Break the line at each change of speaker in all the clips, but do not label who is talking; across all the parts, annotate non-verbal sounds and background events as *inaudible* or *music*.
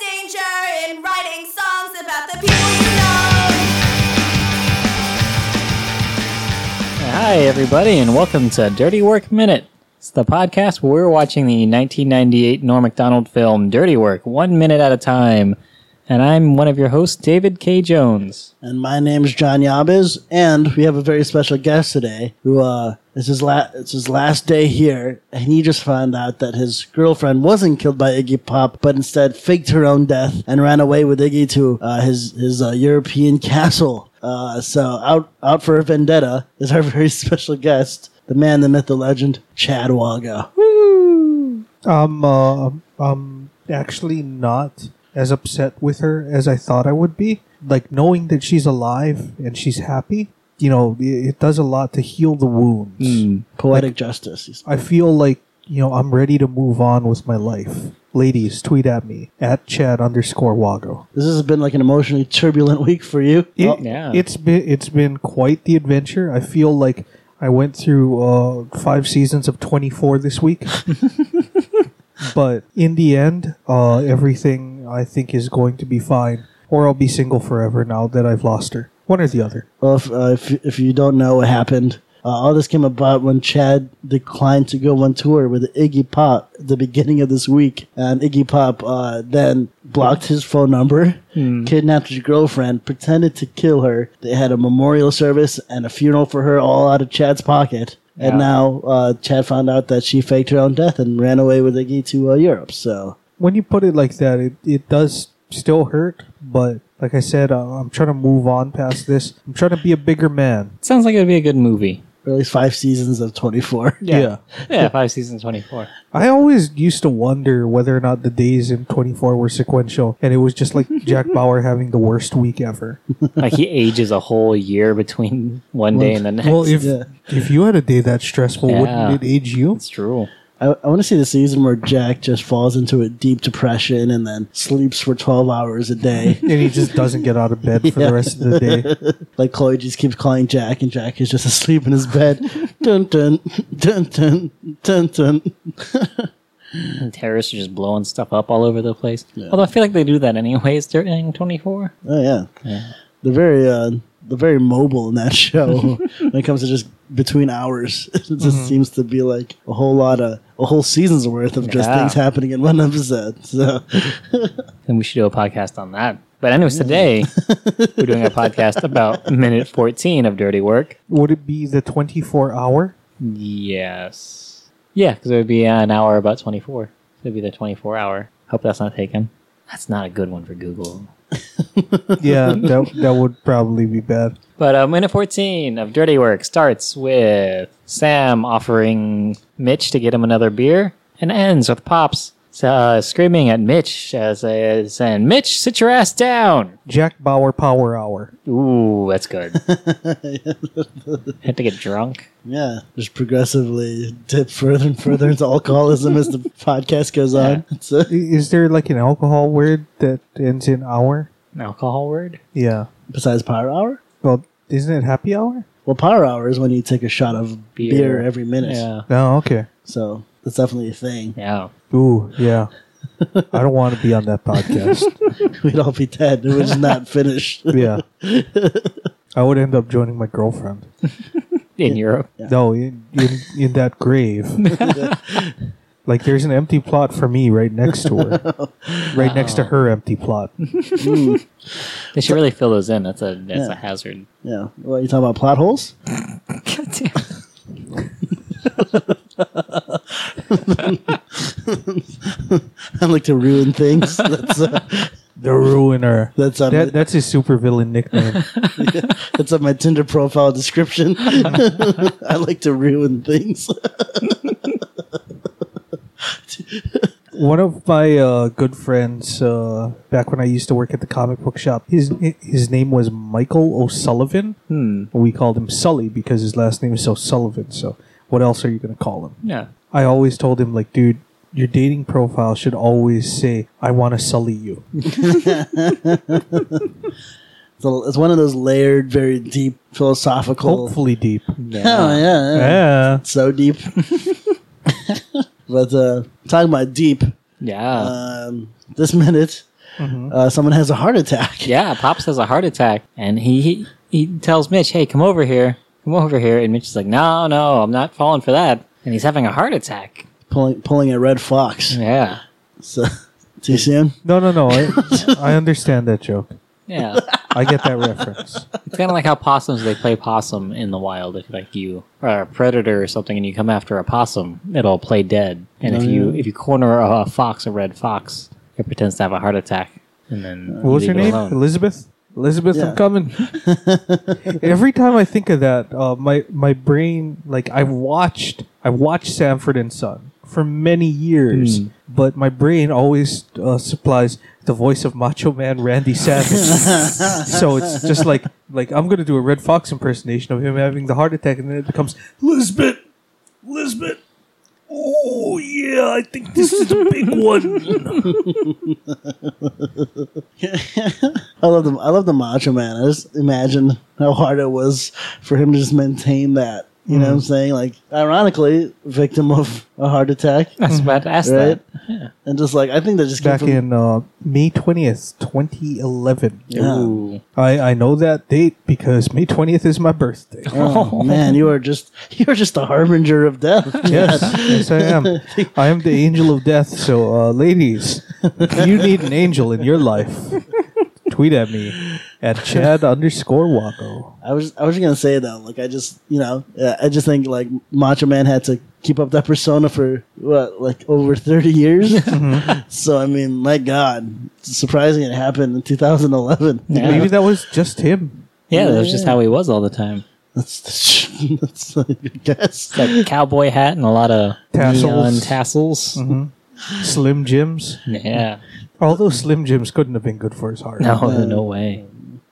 danger in writing songs about the people you know.
Hi, everybody, and welcome to Dirty Work Minute. It's the podcast where we're watching the 1998 Norm MacDonald film Dirty Work, one minute at a time. And I'm one of your hosts, David K. Jones.
And my name's John Yabes, and we have a very special guest today who uh it's his la- it's his last day here, and he just found out that his girlfriend wasn't killed by Iggy Pop, but instead faked her own death and ran away with Iggy to uh, his his uh, European *laughs* castle. Uh, so out out for a vendetta is our *laughs* very special guest, the man, the myth, the legend, Chad Waga.
I'm uh, I'm actually not as upset with her as I thought I would be. Like knowing that she's alive and she's happy, you know, it, it does a lot to heal the wounds.
Hmm. Poetic justice.
I feel like you know I'm ready to move on with my life. Ladies, tweet at me at Chad underscore Wago.
This has been like an emotionally turbulent *laughs* week for you.
It,
Oh,
yeah.
It's been it's been quite the adventure. I feel like I went through uh, five seasons of twenty four this week. *laughs* but in the end, uh, everything I think is going to be fine. Or I'll be single forever now that I've lost her. One or the other.
Well, if, uh, if, if you don't know what happened, uh, all this came about when Chad declined to go on tour with Iggy Pop at the beginning of this week. And Iggy Pop uh, then blocked his phone number, kidnapped his girlfriend, pretended to kill her. They had a memorial service and a funeral for her all out of Chad's pocket.
Yeah.
And now uh, Chad found out that she faked her own death and ran away with Iggy to uh, Europe. So
When you put it like that, it, it does still hurt. But like I said, uh, I'm trying to move on past this. I'm trying to be a bigger man.
Sounds like it would be a good movie.
at least five seasons of 24.
yeah.
Yeah, five seasons, 24.
I always used to wonder whether or not the days in 24 were sequential, and it was just like Jack Bauer having the worst week ever.
like he ages a whole year between one day and the next.
Well, if
Yeah.
if you had a day that stressful,
Yeah.
wouldn't it age you?
it's true.
I, I want to see the season where Jack just falls into a deep depression and then sleeps for 12 hours a
*laughs*
day.
And he just doesn't get out of bed for
Yeah.
the rest of the day.
like Chloe just keeps calling Jack, and Jack is just *laughs* asleep in his bed. dun dun dun dun dun dun.
And terrorists are just blowing stuff up all over the place. Although I feel like they do that anyways during 24.
Oh yeah,
Yeah.
they're very uh, they're very mobile in that *laughs* show when it comes to just between hours. *laughs* it just seems to be like a whole lot of a whole season's worth of just
Yeah.
things happening in one episode. *laughs* So
and we should do a podcast on that. But anyways, today we're doing a podcast about minute 14 of Dirty Work.
Would it be the 24 hour?
Yes. Yeah, because it would be an hour about 24. So it'd be the 24 hour. Hope that's not taken. That's not a good one for Google.
Yeah, that, that would probably be bad.
But uh, minute 14 of Dirty Work starts with Sam offering Mitch to get him another beer and ends with Pops uh, screaming at Mitch as uh, saying, Mitch, sit your ass down.
Jack Bauer Power Hour.
Ooh, that's good. *laughs* Had to get drunk.
Yeah, just progressively dip further and further into alcoholism as the *laughs* podcast goes on. *laughs* So,
I- Is there like an alcohol word that ends in hour?
An alcohol word?
Yeah.
besides power hour,
Well, isn't it happy hour?
well, power hour is when you take a shot of beer,
Beer.
every minute.
Yeah.
No, Oh, okay.
So that's definitely a thing.
Yeah.
Ooh, yeah. I don't want to be on that podcast.
*laughs* We'd all be dead. It
*laughs*
was not finished.
Yeah. I would end up joining my girlfriend.
In Europe.
No, in, in, in that grave. like, there's an empty plot for me right next to her. Right next to her empty plot.
They should really fill those in. That's a that's a
Yeah.
hazard. *laughs*
Yeah. What you talking about? Plot holes? *laughs* I like to
*laughs*
ruin things. That's uh,
The Ruiner.
that's on
That,
my,
that's his supervillain nickname.
*laughs* that's on my Tinder profile description. *laughs* I like to ruin things. *laughs*
One of my uh, good friends uh, back when I used to work at the comic book shop, his his name was Michael O'Sullivan.
Hmm.
We called him Sully because his last name is O'Sullivan. So, what else are you going to call him?
Yeah.
I always told him, like, dude, your dating profile should always say, I want to sully you.
So it's one of those layered, very deep philosophical.
Hopefully deep.
*laughs* Oh yeah, yeah.
Yeah.
so
*laughs*
deep. *laughs* but uh, talking about deep,
Yeah.
Uh, um, this minute
Mm-hmm.
uh, someone has a heart attack.
Yeah, Pops has a heart attack, and he, he he tells Mitch, "Hey, come over here, come over here." And Mitch is like, "No, no, I'm not falling for that." And he's having a heart attack.
Pulling pulling a red fox.
Yeah,
So *laughs* too soon.
No, no, no. I, I understand that joke.
yeah.
I get that reference.
it's kind of like how possums they play possum in the wild. If like you are a predator or something, and you come after a possum, it'll play dead. And
Oh,
if you if you corner a, a fox, a red fox, it pretends to have a heart attack, and then
What was
you
her
leave it
name?
alone. *laughs*
Elizabeth. Elizabeth,
Yeah.
I'm coming. *laughs* Every time I think of that, uh, my my brain like I've watched I've watched Sanford and Son for many
Hmm.
years, but my brain always uh, supplies the voice of Macho Man Randy Savage.
*laughs*
so it's just like like I'm gonna do a Red Fox impersonation of him having the heart attack, and then it becomes Elizabeth, Elizabeth. Oh yeah, I think this is a big one.
*laughs* I love the I love the Macho Man. I just imagine how hard it was for him to just maintain that. You know what
Mm-hmm.
I'm saying? Like, ironically, victim of a heart attack,
*laughs* I was about to ask
right?
that.
And just like I think that just came
Back
from-
in uh, May twentieth, twenty eleven.
Yeah.
Ooh.
I, I know that date because May 20th is my birthday.
*laughs* Oh man, you are just *laughs* you are just a harbinger of death.
yes, yes, I am. I am the angel of death. So, uh, ladies, if you need an angel in your life, tweet at me at Chad underscore Waco.
I was I was just gonna say though, like I just you know uh, I just think like Macho Man had to keep up that persona for what like over thirty years. *laughs* so I mean, my God, it's surprising it happened in 2011.
Yeah.
Maybe that was just him.
Yeah, that was just how he was all the time.
*laughs* That's that's *laughs* a good guess.
*laughs*
Like cowboy hat and a lot of
Tassels.
neon tassels.
Slim Jims.
Yeah,
Although Slim Jims couldn't have been good for his heart. *laughs*
no, no way.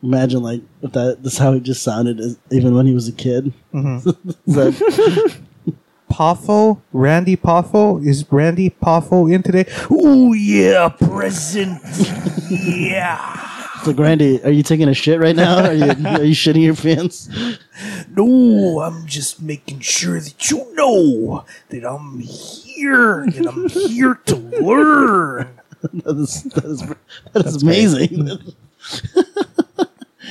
Imagine like if that that's how he just sounded as, even when he was a kid. *laughs* Is that-
Poffo, Randy Poffo, is Randy Poffo in today? Oh, yeah, present. yeah.
so Grandy, are you taking a shit right now? Are you are you shitting your pants?
No, I'm just making sure that you know that I'm here and I'm here to learn.
That is that is, that is amazing. *laughs*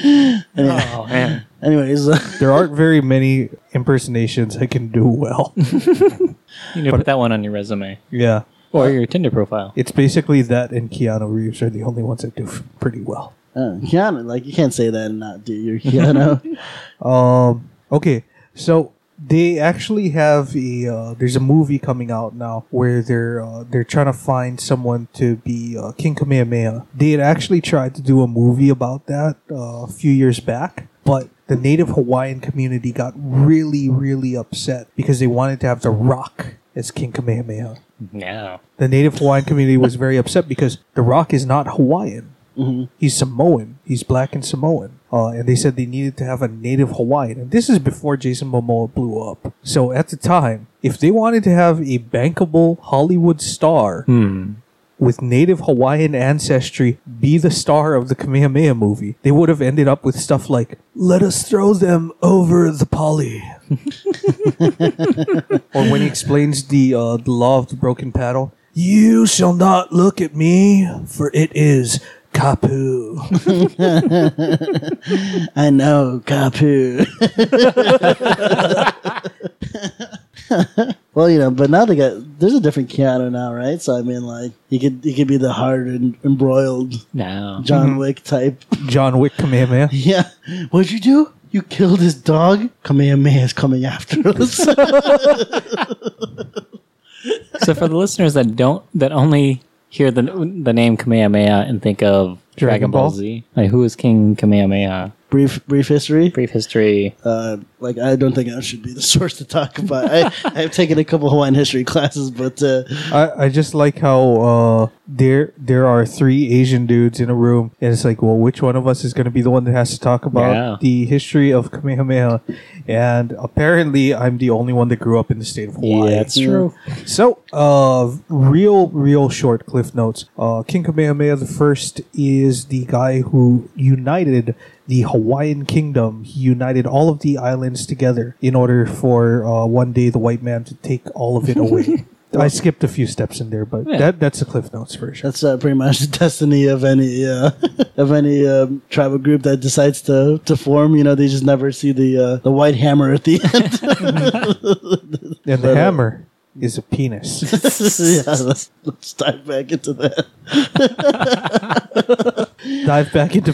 Oh man,
Anyways. uh,
There aren't very many impersonations I can do *laughs* well.
you need to put that one on your resume
yeah.
or your Tinder profile.
It's basically that and Keanu Reeves are the only ones that do f- pretty well.
Uh, Keanu, like you can't say that and not do your Keanu.
Um, okay, so they actually have a uh, there's a movie coming out now where they're uh, they're trying to find someone to be uh, King Kamehameha. They had actually tried to do a movie about that uh, a few years back, but the Native Hawaiian community got really really upset because they wanted to have The Rock as King Kamehameha.
No.
The Native Hawaiian community was very upset because The Rock is not Hawaiian. He's Samoan. He's black and Samoan. Uh, and they said they needed to have a native Hawaiian. And this is before Jason Momoa blew up. So at the time, if they wanted to have a bankable Hollywood star with native Hawaiian ancestry be the star of the Kamehameha movie, they would have ended up with stuff like, let us throw them over the poly. or when he explains the, uh, the law of the broken paddle, you shall not look at me, for it is kapu.
I know Kapu. *laughs* well, you know, but now they got there's a different Keanu now, right? So I mean, like he could he could be the hard and embroiled
No.
John Wick type.
*laughs*
*laughs*
John Wick Kamehameha.
Yeah, what'd you do? You killed his dog. Kamehameha is coming after us. *laughs*
so for the listeners that don't that only hear the the name Kamehameha and think of Dragon,
Dragon
Ball
Ball?
Z, like who is King Kamehameha?
brief brief history.
Brief history.
Uh, like I don't think I should be the *laughs* source to talk about. I, I've taken a couple Hawaiian history classes, but uh,
I, I just like how uh, there there are three Asian dudes in a room, and it's like, well, which one of us is going to be the one that has to talk about
Yeah.
the history of Kamehameha? And apparently, I'm the only one that grew up in the state of Hawaii.
true.
So, uh, real, real short cliff notes. Uh, King Kamehameha the First is the guy who united the Hawaiian kingdom. He united all of the islands together in order for uh, one day the white man to take all of it away. I skipped a few steps in there, but
Yeah.
that that's the Cliff Notes version.
That's uh, pretty much the *laughs* destiny of any uh, *laughs* of any um, tribal group that decides to, to form. You know, they just never see the uh, the white hammer at the *laughs* end.
And the hammer is a penis. *laughs*
yeah, let's, let's dive back into that. *laughs*
Dive back into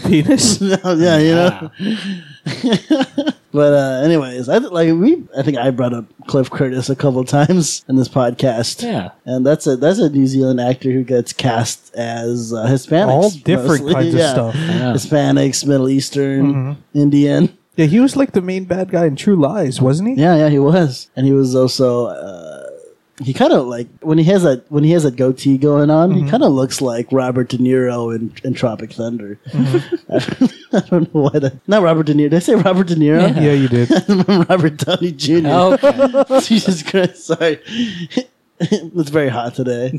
*laughs*
penis.
yeah, you know. but uh, anyways, I th- like we. I think I brought up Cliff Curtis a couple times in this podcast.
Yeah.
and that's a that's a New Zealand actor who gets cast as uh, Hispanics,
All different
mostly.
kinds of
Yeah.
stuff. Mm-hmm.
Hispanics, Middle Eastern, Indian.
Yeah, he was like the main bad guy in True Lies, wasn't he?
Yeah, yeah, he was, and he was also. Uh, he kind of like when he has that when he has that goatee going on.
Mm-hmm.
He kind of looks like Robert De Niro in, in Tropic Thunder. *laughs*
Mm-hmm.
I don't know why that. Not Robert De Niro. Did I say Robert De Niro?
Yeah, you did.
*laughs* Robert Downey Jr.
Okay.
*laughs* Jesus Christ, sorry. *laughs* it's very hot today.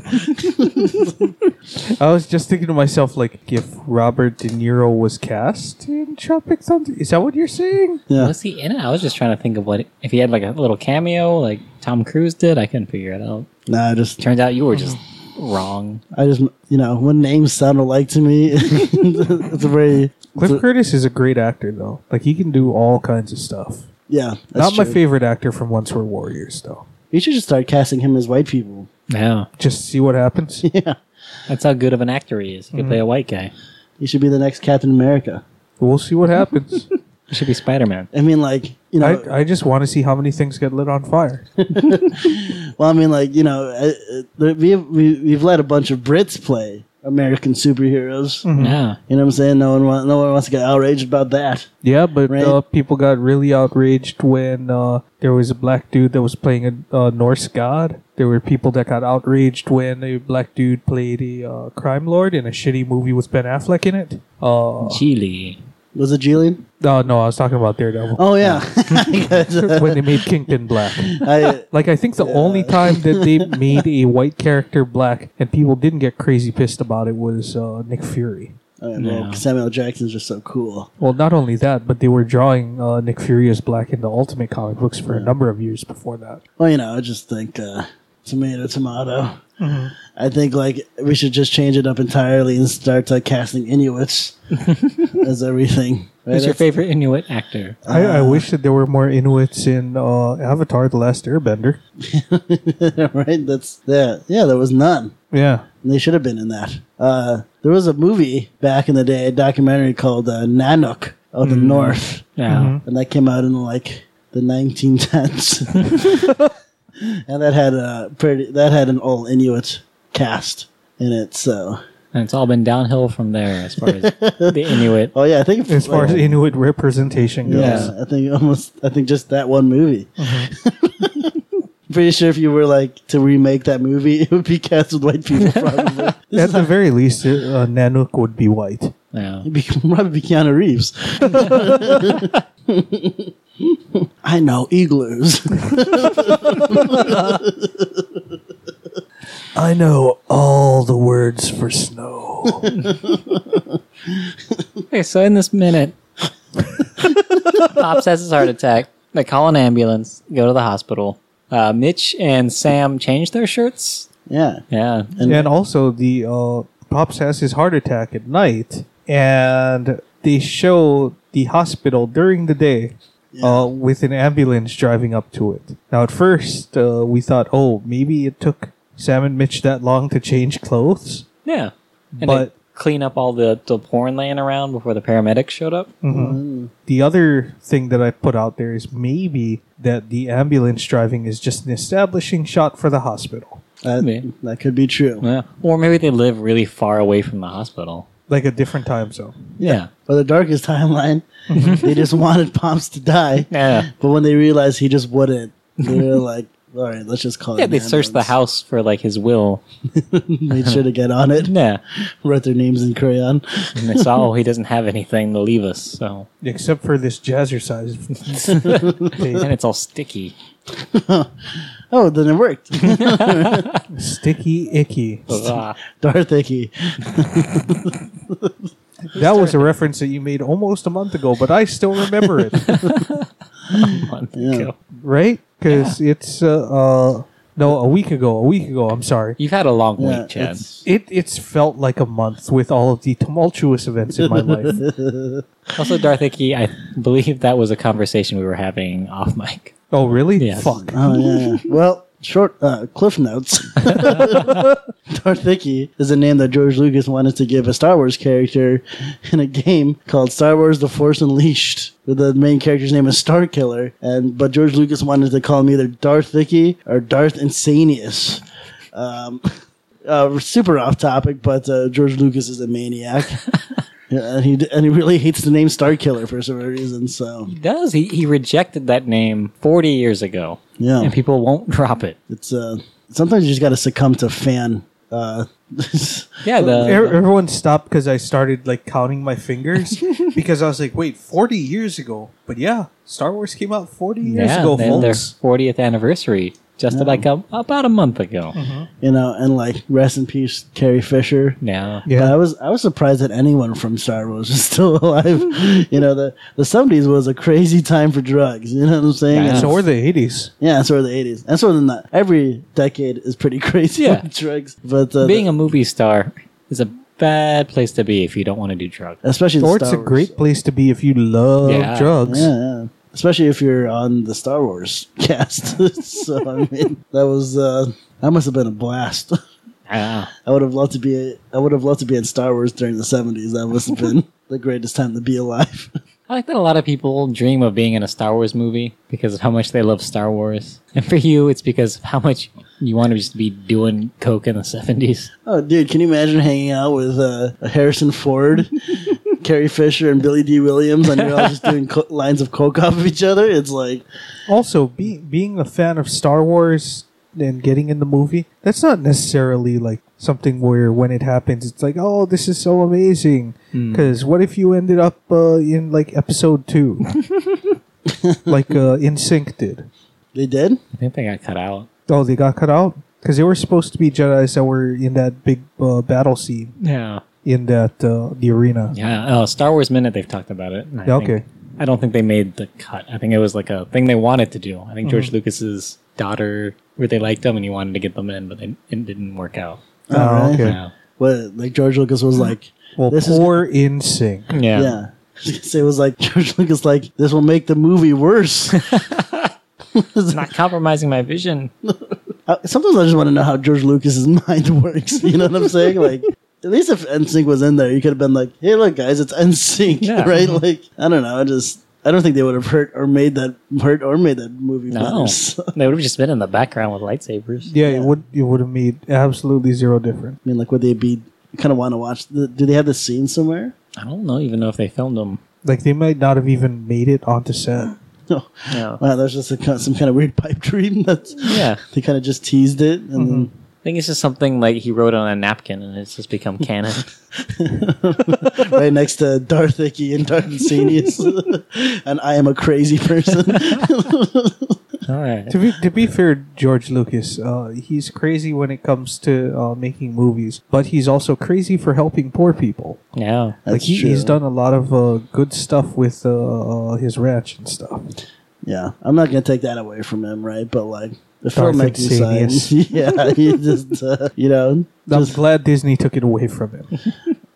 I was just thinking to myself, like, if Robert De Niro was cast in Tropic Thunder, is that what you're saying?
Yeah.
Was he in it? I was just trying to think of what if he had like a little cameo like Tom Cruise did. I couldn't figure it out.
No, I just,
Turns out you were just wrong.
I just, you know, when names sound alike to me, *laughs* it's a very,
Cliff Curtis is a great actor, though. Like, he can do all kinds of stuff.
yeah.
Not
That's
my
true.
favorite actor from Once We're Warriors, though.
We should just start casting him as white people.
Yeah.
Just see what happens.
*laughs*
That's how good of an actor he is. He could play a white guy.
He should be the next Captain America.
we'll see what
*laughs*
happens.
He should be Spider Man.
I mean, like, you know,
I, I just want to see how many things get lit on fire.
well, I mean, like, you know, I, I, there- we've, we, we've let a bunch of Brits play American superheroes.
Mm-hmm.
Yeah.
You know what I'm saying? No one, wa- no one wants to get outraged about that.
Yeah, but
Right.
uh, people got really outraged when uh, there was a black dude that was playing a uh, Norse god. There were people that got outraged when a black dude played a uh, crime lord in a shitty movie with Ben Affleck in it. Uh,
Chile.
Was it Julian?
no, no, I was talking
*laughs*
about Daredevil
Oh, yeah.
when they made Kingpin black. *laughs*
I,
Like I think the only time that they made a white character black and people didn't get crazy pissed about it was uh, Nick Fury.
I don't know,
Yeah.
Samuel Jackson's just so cool.
Well, not only that, but they were drawing uh, Nick Fury as black in the Ultimate comic books for a number of years before that.
Well, you know, I just think uh, tomato, tomato.
Mm-hmm.
I think like we should just change it up entirely and start like casting
*laughs*
Inuits as everything. Right?
Who's your favorite Inuit actor?
I, I wish that there were more Inuits in uh, Avatar: The Last Airbender.
That's- *laughs* right? That's yeah, yeah. There was none.
Yeah,
And They should have been in that. Uh, there was a movie back in the day, a documentary called uh, Nanook of
Mm.
the North,
Yeah.
and that came out in like the
*laughs*
1910s. and that had a pretty that had an all Inuit cast in it. So
And it's all been downhill from there as far as the Inuit.
*laughs* oh yeah, I think
as far
like-
as Inuit representation goes.
Yeah, I think almost. I think just that one movie.
Uh-huh.
*laughs* Pretty sure if you were like to remake that movie, *laughs* it would be cast with
*laughs*
white people. Probably
At the very least, uh, Nanook would be white.
Yeah.
It'd be, probably be Keanu Reeves. *laughs* I know igloos. *laughs*
I know all the words for snow.
Okay, so in this minute, Pops has his heart attack. They call an ambulance, go to the hospital. Uh, Mitch and Sam change their shirts.
yeah,
Yeah.
*laughs* and also, the uh, pops has his heart attack at night, and they show the hospital during the day. Uh, with an ambulance driving up to it. Now, at first, uh, we thought, oh, maybe it took Sam and Mitch that long to change clothes.
Yeah. And
But-
they clean up all the, the porn laying around before the paramedics showed up.
Mm-hmm. The other thing that I put out there is maybe that the ambulance driving is just an establishing shot for the hospital,
Yeah.
that, that could be true.
Yeah. Or maybe they live really far away from the hospital.
like a different time zone.
Yeah.
For the darkest timeline, they just wanted Pops to die,
Mm-hmm. Yeah.
but when they realized he just wouldn't, they
*laughs*
were like, "All right, let's just call it."
Yeah,
an
they searched the
ambulance."
house for like his will.
Made sure to get on it.
*laughs* Yeah.
Wrote their names in crayon.
And they saw, oh, he doesn't have anything to leave us. *laughs* So,
Except for this jazzercise. *laughs*
and
tape.
it's all sticky. *laughs*
Oh, then it worked.
Sticky icky.
Ah.
*laughs* Darth Icky.
That was a reference that you made almost a month ago, but I still remember it,
month ago.
right? Because it's uh, uh, No, a week ago. A week ago. I'm sorry.
You've had a long
Yeah,
week, Chad.
it's-
It it's felt like a month with all of the tumultuous events in my life.
Also, Darth Icky, I believe that was a conversation we were having off mic.
Oh, really?
Yes.
Fuck.
Oh yeah. yeah. well, short uh, cliff notes. *laughs* Dorthicki is a name that George Lucas wanted to give a Star Wars character in a game called Star Wars: The Force Unleashed. The main character's name is Star Killer, and but George Lucas wanted to call him either Darth Vicky or Darth Insanius. Um, *laughs* uh, super off topic, but uh, George Lucas is a maniac. Yeah, and he and he really hates the name Star Killer for some reason. So
He does. He, he rejected that name 40 years ago,
yeah,
and people won't *laughs* drop it.
It's uh, sometimes you just got to succumb to fan. Uh, *laughs*
Yeah,
E-
the,
Everyone stopped because I started like counting
*laughs*
my fingers because I was like, wait, 40 years ago. But yeah, Star Wars came out 40 years
yeah,
ago,
and their
folks.
40th anniversary, just like a, about a month ago.
you know, and like rest in peace, Carrie Fisher.
Now,
Yeah.
But I was I was surprised that anyone from Star Wars is *laughs* still alive. you know, the the seventies was a crazy time for drugs. You know what I'm saying?
Yeah.
And-
So were the 80s.
yeah, so are the eighties, and so than that, every decade is pretty *laughs* crazy
Yeah.
with drugs. But uh,
being a
the-
movie star is a bad place to be if you don't want to do drugs.
especially the
Or it's
Star
a
Wars.
great place to be if you love
Yeah.
drugs.
Yeah, yeah. Especially if you're on the Star Wars *laughs* cast. so I mean, that was uh, that must have been a blast. *laughs*
Ah,
I would have loved to be. I would have loved to be in Star Wars during the seventies. That must have
*laughs*
been the greatest time to be alive. *laughs*
I like that a lot of people dream of being in a Star Wars movie because of how much they love Star Wars. And for you, it's because of how much you want to just be doing coke in the 70s.
Oh, dude, can you imagine hanging out with uh, Harrison
*laughs*
Ford, Carrie Fisher, and Billy D. Williams, and you're all just
*laughs*
doing co- lines of coke off of each other? It's like,
Also, be, being a fan of Star Wars and getting in the movie, that's not necessarily like something where when it happens, it's like, oh, this is so amazing.
Hmm.
Because what if you ended up uh, in like
*laughs*
episode two? like uh, NSYNC did.
they did.
I think they got cut out.
Oh, they got cut out? Because they were supposed to be Jedi's that were in that big uh, battle scene
Yeah.
in that uh, the arena.
Yeah. Oh, Star Wars Minute, they've talked about it. and I
Yeah,
think-
okay.
I don't think they made the cut. I think it was like a thing they wanted to do. I think George Lucas's daughter really liked them and he wanted to get them in, but they, it didn't work out.
Oh,
Oh, okay.
Yeah.
What, like George Lucas was like,
Well,
This is-
poor NSYNC.
Yeah.
yeah.
*laughs*
*laughs* So it was like *laughs* George Lucas, like this will make the movie
*laughs*
worse.
Not compromising my vision.
I- Uh, sometimes I just want to know how George Lucas's *laughs* mind works. You know what
*laughs*
I'm saying? Like, at least if NSYNC was in there, you could have been like, "Hey, look, guys, it's NSYNC,"
Yeah.
*laughs* right? Like, I don't know. I just I don't think they would have hurt or made that hurt or made that movie.
No.
*laughs* better, so- I
they would have just been in the background with lightsabers.
Yeah, it would it would have made absolutely zero difference.
mean, like, would they be? I kind of want to watch. The, do they have the scene somewhere? *laughs*
I don't know even know if they filmed them.
Like they might not have even made it onto set.
No.
Yeah.
Wow, that's just a, kind- some kind of weird *laughs* pipe dream. That's
Yeah.
they kind of just teased it, and then
I think it's just something like he wrote on a napkin and it's just become canon. Mm-hmm. *laughs*
*laughs* right next to Darth Icky and Darth Senius, *laughs* and I am a
*laughs*
crazy person.
All right.
to be to be fair, George Lucas, uh, he's crazy when it comes to uh, making movies, but he's also crazy for helping poor people.
Yeah.
like
That's
he,
true.
he's done a lot of uh, good stuff with uh, uh, his ranch and stuff.
Yeah, I'm not gonna take that away from him, right? But like the
Darth
filmmaking side, *laughs*
Insidious.
yeah, he just uh, you know,
I'm
just,
glad Disney took it away from
*laughs*
him.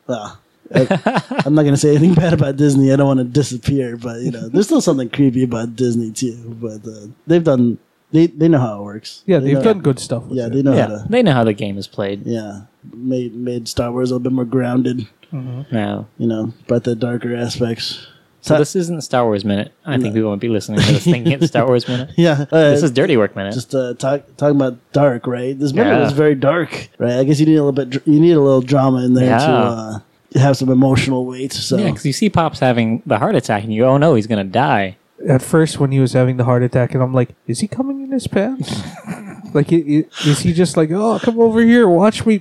uh, I, am not gonna say anything *laughs* bad about Disney. I don't want to disappear, but you know, there's still something creepy about Disney too. But uh, they've done, they they know how it works.
Yeah, they've
know-
done good stuff. With
Yeah,
it.
they know
Yeah.
how to.
They know how the game is played.
Yeah, made made Star Wars a little bit more grounded,
No.
you know, but the darker aspects.
So this isn't Star Wars Minute. I think people won't be listening to this thing it's Star Wars
*laughs*
Minute.
Yeah, uh,
This is Dirty Work Minute.
*laughs* just uh, talk, talking about dark, right? This movie
Yeah.
was very dark, right? I guess you need a little bit, dr- you need a little drama in there to
Yeah.
uh, have some emotional weight. So
uh,
yeah, because you see Pops having the heart attack and you go, oh no, he's going to die.
At first, when he was having the heart attack, and I'm like, is he coming in his
*laughs*
pants? like, i- i- is he just like, oh, come over here, watch me?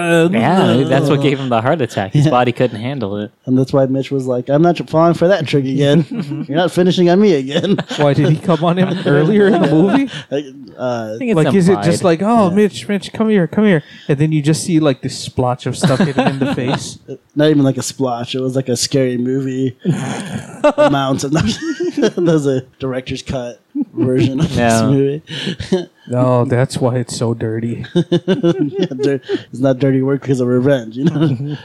Yeah, that's what gave him the heart attack. His body couldn't handle it.
and that's why Mitch was like, "I'm not tr- falling for that trick again. *laughs* You're not finishing on me again."
Why did he come on
*laughs*
him earlier in the movie?
Like, uh,
I think it's
like is it just
implied.
like oh mitch mitch come here come here and then you just see like this splotch of stuff hit him
*laughs*
in the face
not even like a splotch. It was like *laughs* a scary movie amount. Of, that was a director's cut. version of
No.
this movie. *laughs*
No, Oh, that's why it's so dirty.
*laughs* Yeah, dir- it's not dirty work because of revenge, you know.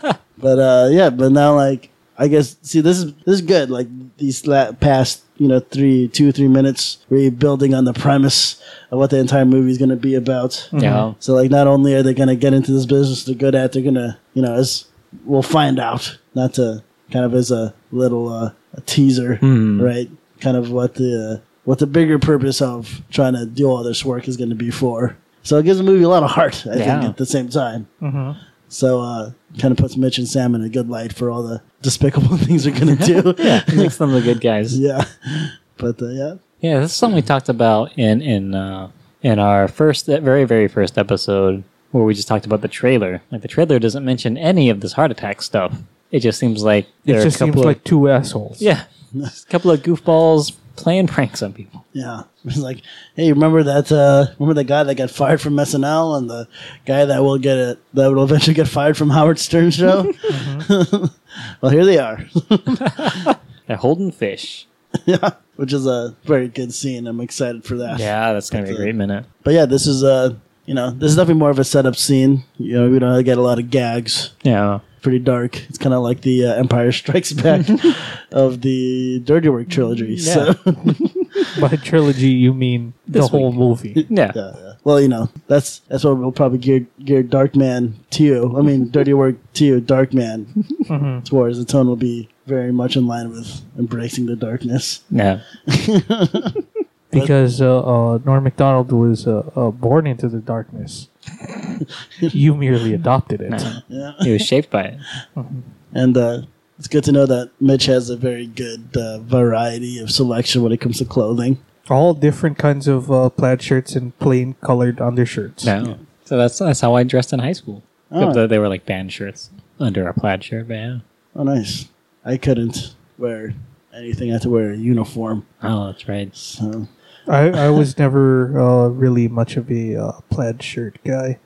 *laughs* but uh, yeah, but now like I guess see this is this is good. Like these la- past you know three two three minutes rebuilding on the premise of what the entire movie is going to be about.
*laughs*
Yeah.
So like not only are they going to get into this business they're good at, they're going to you know as we'll find out. Not to kind of as a little uh, a teaser, right? Kind of what the uh, what the bigger purpose of trying to do all this work is going to be for. So it gives the movie a lot of heart, I
Yeah.
think, at the same time. So uh, kind of puts Mitch and Sam in a good light for all the despicable *laughs* things they're going to do. yeah,
It makes them the good guys.
*laughs* yeah. But uh, yeah,
Yeah, this is something we talked about in in uh, in our first, that very very first episode where we just talked about the trailer. Like the trailer doesn't mention any of this heart attack stuff. It just seems like there
It
are a
just seems
couple of
like two assholes. *laughs*
yeah, just a couple of goofballs playing pranks on people.
Yeah, *laughs* it's like, hey, remember that? Uh, remember the guy that got fired from SNL and the guy that will get it that will eventually get fired from *laughs* Howard Stern show. *laughs* well, here they are, *laughs*
They're holding fish.
which is a very good scene. I'm excited for that.
Yeah, that's gonna be a great minute.
but yeah, this is uh, you know, this is definitely more of a setup scene. You know, we don't get a lot of gags.
Yeah,
Pretty dark. It's kind of like the uh, Empire Strikes Back of the Dirty Work trilogy. So.
By trilogy, you mean the
This
whole
week.
movie.
yeah,
Yeah, yeah. Well, you know, that's that's what we'll probably gear gear Darkman to you. I mean, Dirty Work to you, Darkman. Towards the tone will be very much in line with embracing the darkness.
yeah.
Because uh, uh, Norm MacDonald was uh, uh, born into the darkness. you merely adopted it.
He was shaped by it.
*laughs* And uh, it's good to know that Mitch has a very good uh, variety of selection when it comes to clothing.
All different kinds of uh, plaid shirts and plain colored undershirts.
No, so that's that's how I dressed in high school.
Oh.
They- They were like band shirts under a plaid shirt, but yeah.
Oh, nice. I couldn't wear anything. I had to wear a uniform.
Oh, that's right.
So
I, I was never uh, really much of a uh, plaid shirt guy,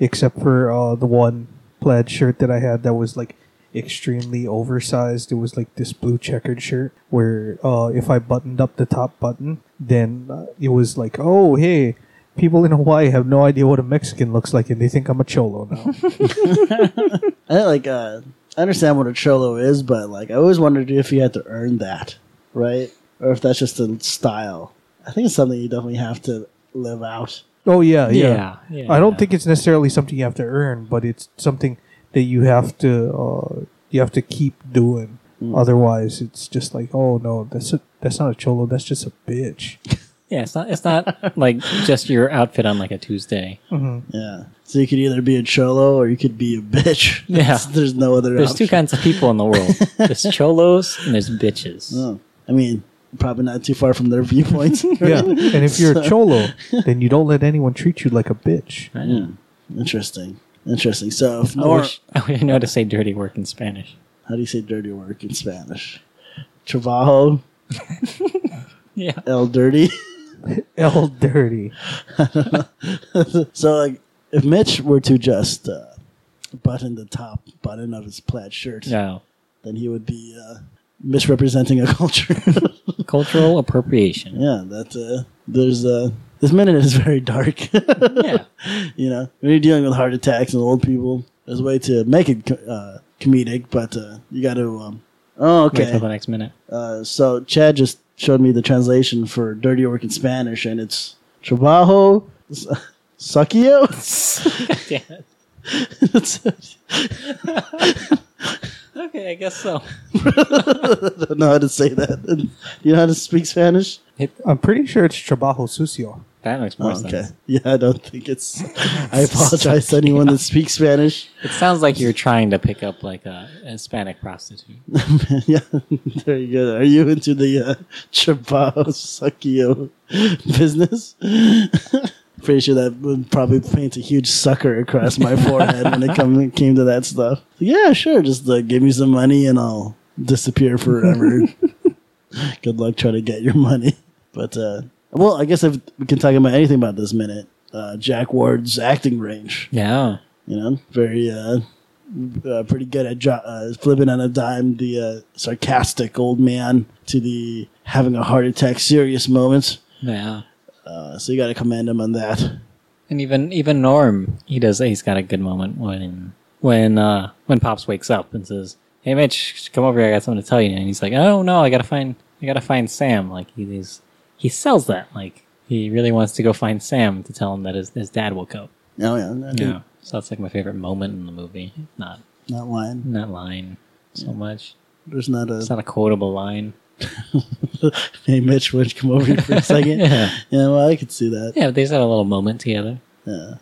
except for uh, the one plaid shirt that I had that was like extremely oversized. It was like this blue checkered shirt where uh, if I buttoned up the top button, then uh, it was like, oh, hey, people in Hawaii have no idea what a Mexican looks like and they think I'm a cholo now.
I like. Uh, I understand what a cholo is, but like, I always wondered if you had to earn that, right? Or if that's just a style. I think it's something you definitely have to live out.
oh, yeah, yeah.
Yeah,
I don't
yeah.
think it's necessarily something you have to earn, but it's something that you have to uh, you have to keep doing. Otherwise, it's just like, oh no, that's a, that's not a cholo. That's just a bitch.
Yeah, it's not. It's
*laughs*
not like just your outfit on like a Tuesday.
Yeah. So you could either be a cholo or you could be a bitch. *laughs*
Yeah.
There's no other.
There's two
option.
kinds of people in the
*laughs*
world. There's cholos and there's bitches.
Oh. I mean, probably not too far from their *laughs* viewpoints.
*laughs* Yeah, and
*laughs*
if you're a cholo, then you don't let anyone treat you like a bitch.
Yeah. Interesting. Interesting. So, if
I
Nor-
wish I wish I know how to say dirty work in Spanish.
how do you say dirty work in Spanish? Trabajo,
Yeah.
el dirty. *laughs*
El dirty.
So, like, if Mitch were to just uh, button the top button of his plaid shirt,
No.
then he would be uh, misrepresenting a *laughs* culture.
Cultural appropriation.
yeah, that uh, there's uh, this minute is very dark.
Yeah.
*laughs* you know, when you're dealing with heart attacks and old people, there's a way to make it co- uh, comedic, but uh, you got to. Um, oh,
Wait till
okay.
the next
*laughs*
minute. *laughs*
Uh, so Chad just showed me the translation for dirty work in Spanish, and it's trabajo s- sucio.
Damn it.
*laughs* It's-
Okay, I guess so.
I *laughs* don't know how to say that. Do you know how to speak Spanish?
I'm pretty sure it's trabajo sucio.
That makes more
Oh, okay.
sense.
Yeah, I don't think it's. I apologize to anyone that speaks Spanish.
It sounds like you're trying to pick up like a Hispanic prostitute.
*laughs* yeah, very good. Are you into the uh, Chibao Suckio business? *laughs* Pretty sure that would probably paint a huge sucker across my forehead when it come, came to that stuff. Yeah, sure. Just uh, give me some money and I'll disappear forever. *laughs* good luck trying to get your money. But uh, well, I guess if we can talk about anything about this minute, uh, Jack Ward's acting range
*laughs* Yeah.
you know, very uh, uh, pretty good at dro- uh, flipping on a dime the uh, sarcastic old man to the having a heart attack serious moments.
Yeah.
Uh, so you got to commend him on that.
And even even Norm, he does. He's got a good moment when when uh, when Pops wakes up and says, "Hey Mitch, come over here. I got something to tell you." And he's like, "Oh no, I gotta find I gotta find Sam." Like he he's, he sells that. Like he really wants to go find Sam to tell him that his, his dad woke up.
Oh yeah, I think
Yeah. So that's like my favorite moment in the movie. Not
not lying.
not line so much.
There's not a
It's not a quotable *laughs* line.
*laughs* hey Mitch, would you come over here for
*laughs*
a second? yeah.
yeah.
well I could see that.
Yeah, but they just had a little moment together.
Yeah,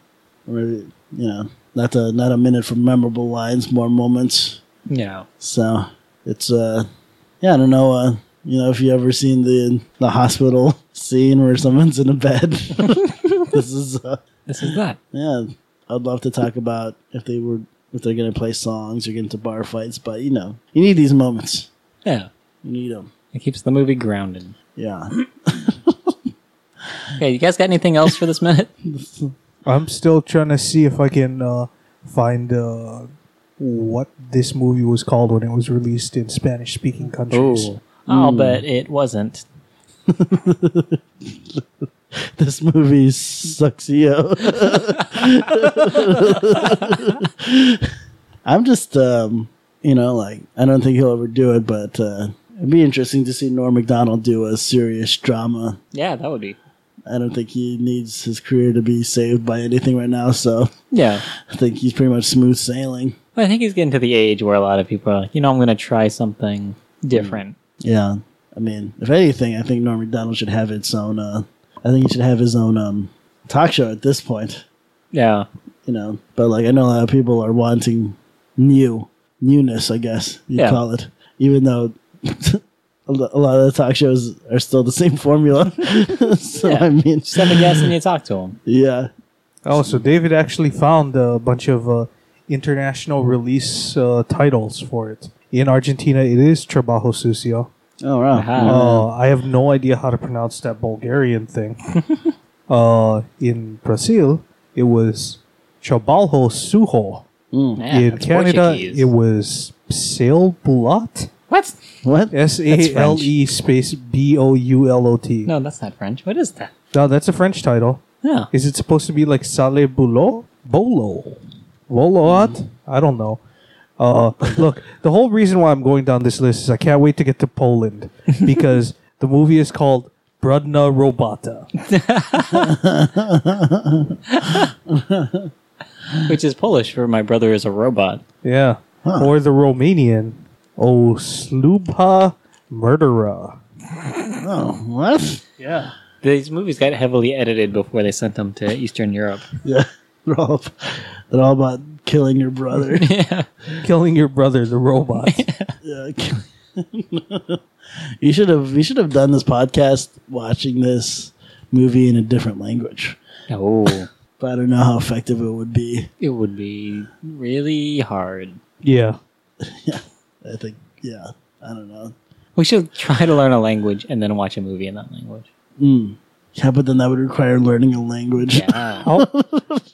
or maybe you know, not a not a minute for memorable lines, more moments.
Yeah.
So it's uh, yeah, I don't know. Uh, you know, if you ever seen the the hospital *laughs* scene where someone's in a bed, *laughs* this is uh,
This is that.
yeah. I'd love to talk about if they were if they're gonna play songs or get into bar fights, but you know, you need these moments.
Yeah.
You need them.
It keeps the movie grounded.
Yeah.
Okay, you guys got anything else for this minute?
I'm still trying to see if I can uh, find uh, what this movie was called when it was released in Spanish speaking countries.
Oh. I'll bet it wasn't.
this movie sucks yo. I'm just, um, you know, like I don't think he'll ever do it, but uh, it'd be interesting to see Norm Macdonald do a serious drama.
Yeah, that would be.
I don't think he needs his career to be saved by anything right now, so
Yeah.
I think he's pretty much smooth sailing.
I think he's getting to the age where a lot of people are like, you know, I'm going to try something different.
Yeah, I mean, if anything, I think Norm Macdonald should have its own. Uh, I think he should have his own um, talk show at this point.
Yeah.
you know. But like I know a lot of people are wanting new newness, I guess you
Yeah.
call it. Even though *laughs* a lo- a lot of the talk shows are still the same formula. *laughs* so
Yeah.
I mean,
Just have a guest and you talk to him.
yeah,
Oh, so David actually found a bunch of uh, international release uh, titles for it. In Argentina, it is Trabajo Sucio.
oh wow,
Aha.
Uh, I have no idea how to pronounce that Bulgarian
*laughs*
thing. uh, in Brazil, it was Trabalho Sujo.
Yeah,
in
that's
Canada,
Portuguese.
it was Sale Bulat.
What?
what?
S A L E space B O U L O T.
No, that's not French. What is that?
No, that's a French title.
No.
Is it supposed to be like Sale Boulot? Bolo. Boloat? I don't know. Uh, look, the whole reason why I'm going down this list is I can't wait to get to Poland because the movie is called Brudna Robota.
Which is Polish for my brother is a robot.
Yeah. Or the Romanian O Slupa Murderer.
Oh, what?
Yeah.
These movies got heavily edited before they sent them to Eastern Europe.
Yeah, they're all they're all about killing your brother.
yeah.
Killing your brother, the robot.
Yeah, kill- *laughs* you should have you should have done this podcast watching this movie in a different language.
Oh,
But I don't know how effective it would be.
it would be really hard.
yeah.
I think, yeah, I don't know.
We should *laughs* try to learn a language and then watch a movie in that language.
Yeah, but then that Mm. would require learning a language.
Yeah.
How,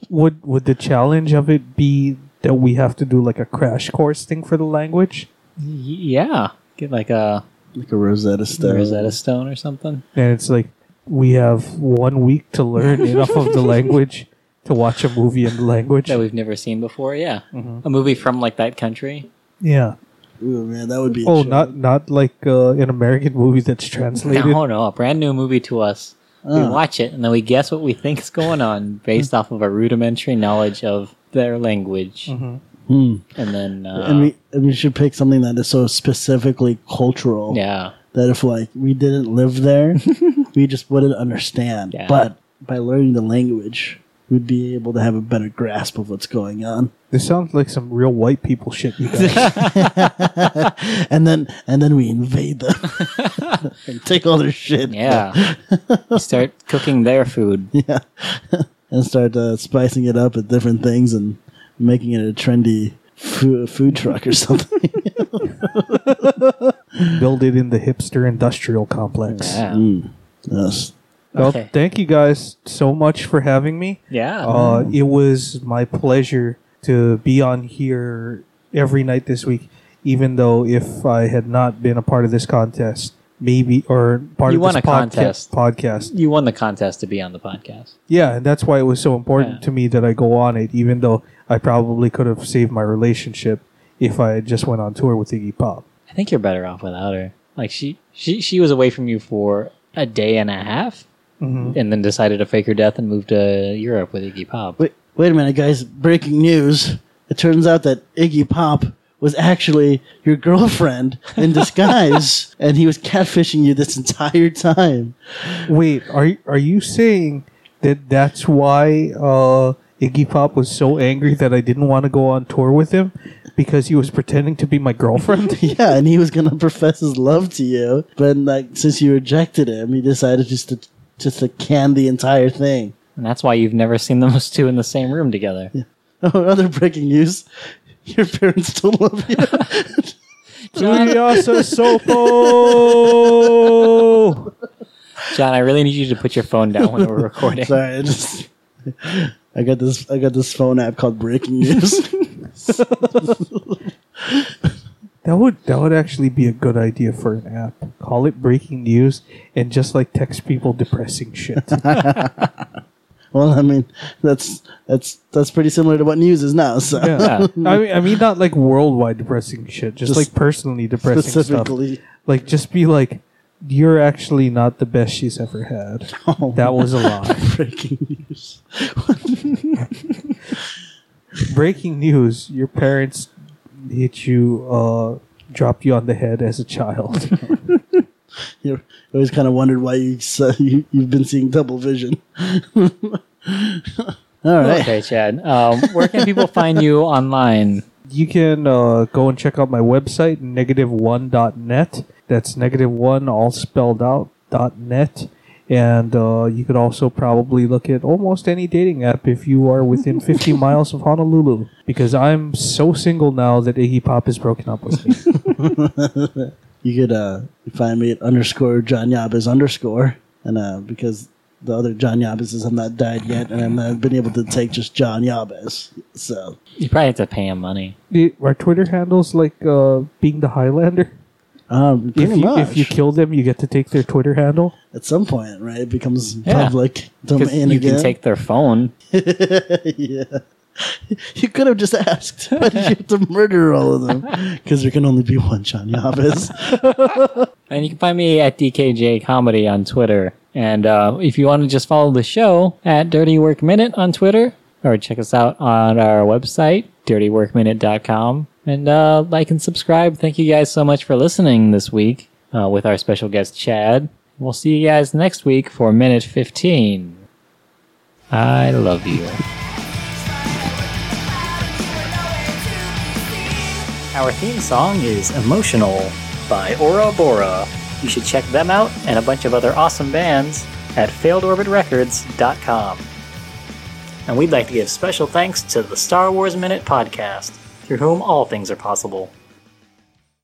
would would the challenge of it be that we have to do like a crash course thing for the language,
*laughs* yeah. Get like a
*laughs* Like a Rosetta Stone.
Rosetta Stone or something.
and it's like we have one week
*laughs*
to learn enough of the language to watch a movie in the language?
That we've never seen before. Yeah.
Mm-hmm.
A movie from like that country.
yeah.
Ooh, man, that would be. a
Oh,
show.
not not like uh, an American movie that's translated.
No, no, a brand new movie to us. We
Ah.
watch it and then we guess what we think is going
*laughs*
on based off of our rudimentary knowledge of their language.
Hmm.
And then, uh,
and we and we should pick something that is so specifically cultural
yeah.
that if like we didn't live
*laughs*
there, we just wouldn't understand.
Yeah.
But by learning the language, we'd be able to have a better grasp of what's going on. *laughs*
This sounds like some real white people shit. You guys.
*laughs*
And then and then we invade
*laughs*
them *laughs* and take all their shit.
Yeah. You start cooking their
*laughs*
food.
yeah, and start uh, spicing it up with different things and making it a trendy foo- food truck or *laughs* something.
Build it in the hipster industrial complex.
Yeah.
Mm. yes.
Well,
Okay.
thank you guys so much for having me.
Yeah.
Uh, it was Uh, my pleasure to be on here every night this week, even though if I had not been a part of this contest, maybe or part
You
of
won
this
a contest.
podcast.
You won the contest to be on the podcast.
Yeah, and that's why it was so important
Yeah.
to me that I go on it, even though I probably could have saved my relationship if I had just went on tour with Iggy Pop.
I think you're better off without her. Like she she she was away from you for a day and a half,
Mm-hmm.
and then decided to fake her death and move to Europe with Iggy Pop.
Wait, wait a minute, guys. Breaking news. It turns out that Iggy Pop was actually your girlfriend in *laughs* disguise, and he was catfishing you this entire time. *laughs*
Wait, are you- are you saying that that's why uh, Iggy Pop was so angry that I didn't want to go on tour with him because he was pretending to be my girlfriend?
Yeah, and he was going to profess his love to you, but like since you rejected him, he decided just to just to can the entire thing. *laughs*
And that's why you've never seen those *laughs* two in the same room together.
Oh, other breaking news. Your parents don't love you. *laughs*
John,
Juliasa Sopo.
John, I really need you to put your phone down when
*laughs*
we're recording.
Sorry, I just *laughs* I got this I got this phone app called Breaking News. *laughs*
That would that would actually be a good idea for an app. Call it breaking news and just like text people depressing shit.
well, I mean, that's that's that's pretty similar to what news is now. So *laughs*
Yeah.
I mean I mean not like worldwide depressing shit, just,
Just
like personally depressing stuff.
specifically, *laughs*
Like just be like you're actually not the best she's ever had. that was a lie.
breaking news.
Breaking news, your parents hit you uh dropped you on the head as a child.
You always kind of wondered why you, so *laughs* you you've been seeing double vision. *laughs* All right.
Okay, Chad. Um, where can people find you online?
you can uh, go and check out my website negative one dot net that's negative one all spelled out dot net and uh, you could also probably look at almost any dating app if you are
*laughs*
within 50 miles of honolulu because i'm so single now that iggy pop has broken up with
*laughs*
me
You could uh, find me at underscore John Yabes underscore, and uh, because the other John Yabes is I'm not died yet, and I'm not been able to take just John Yabes. So
You probably have to pay him money.
The- our twitter handles like uh, being the highlander
um,
if
pretty
you,
much
if you kill them you get to take their twitter handle
at some point, right? It becomes
Yeah.
public
Because
domain
you
again.
can take their phone.
yeah. *laughs* You could have just asked, *laughs* why did you have to murder all of
*laughs*
them? Because there can only be one John Yabes.
And you can find me at DKJ Comedy on Twitter. And uh, if you want to just follow the show at Dirty Work Minute on Twitter, or check us out on our website, dirtyworkminute.com. And uh, like and subscribe. Thank you guys so much for listening this week uh, with our special guest, Chad. We'll see you guys next week for Minute 15. I love you. Our theme song is Emotional by Ora Bora. You should check them out and a bunch of other awesome bands at failedorbitrecords.com. And we'd like to give special thanks to the Star Wars Minute podcast, through whom all things are possible.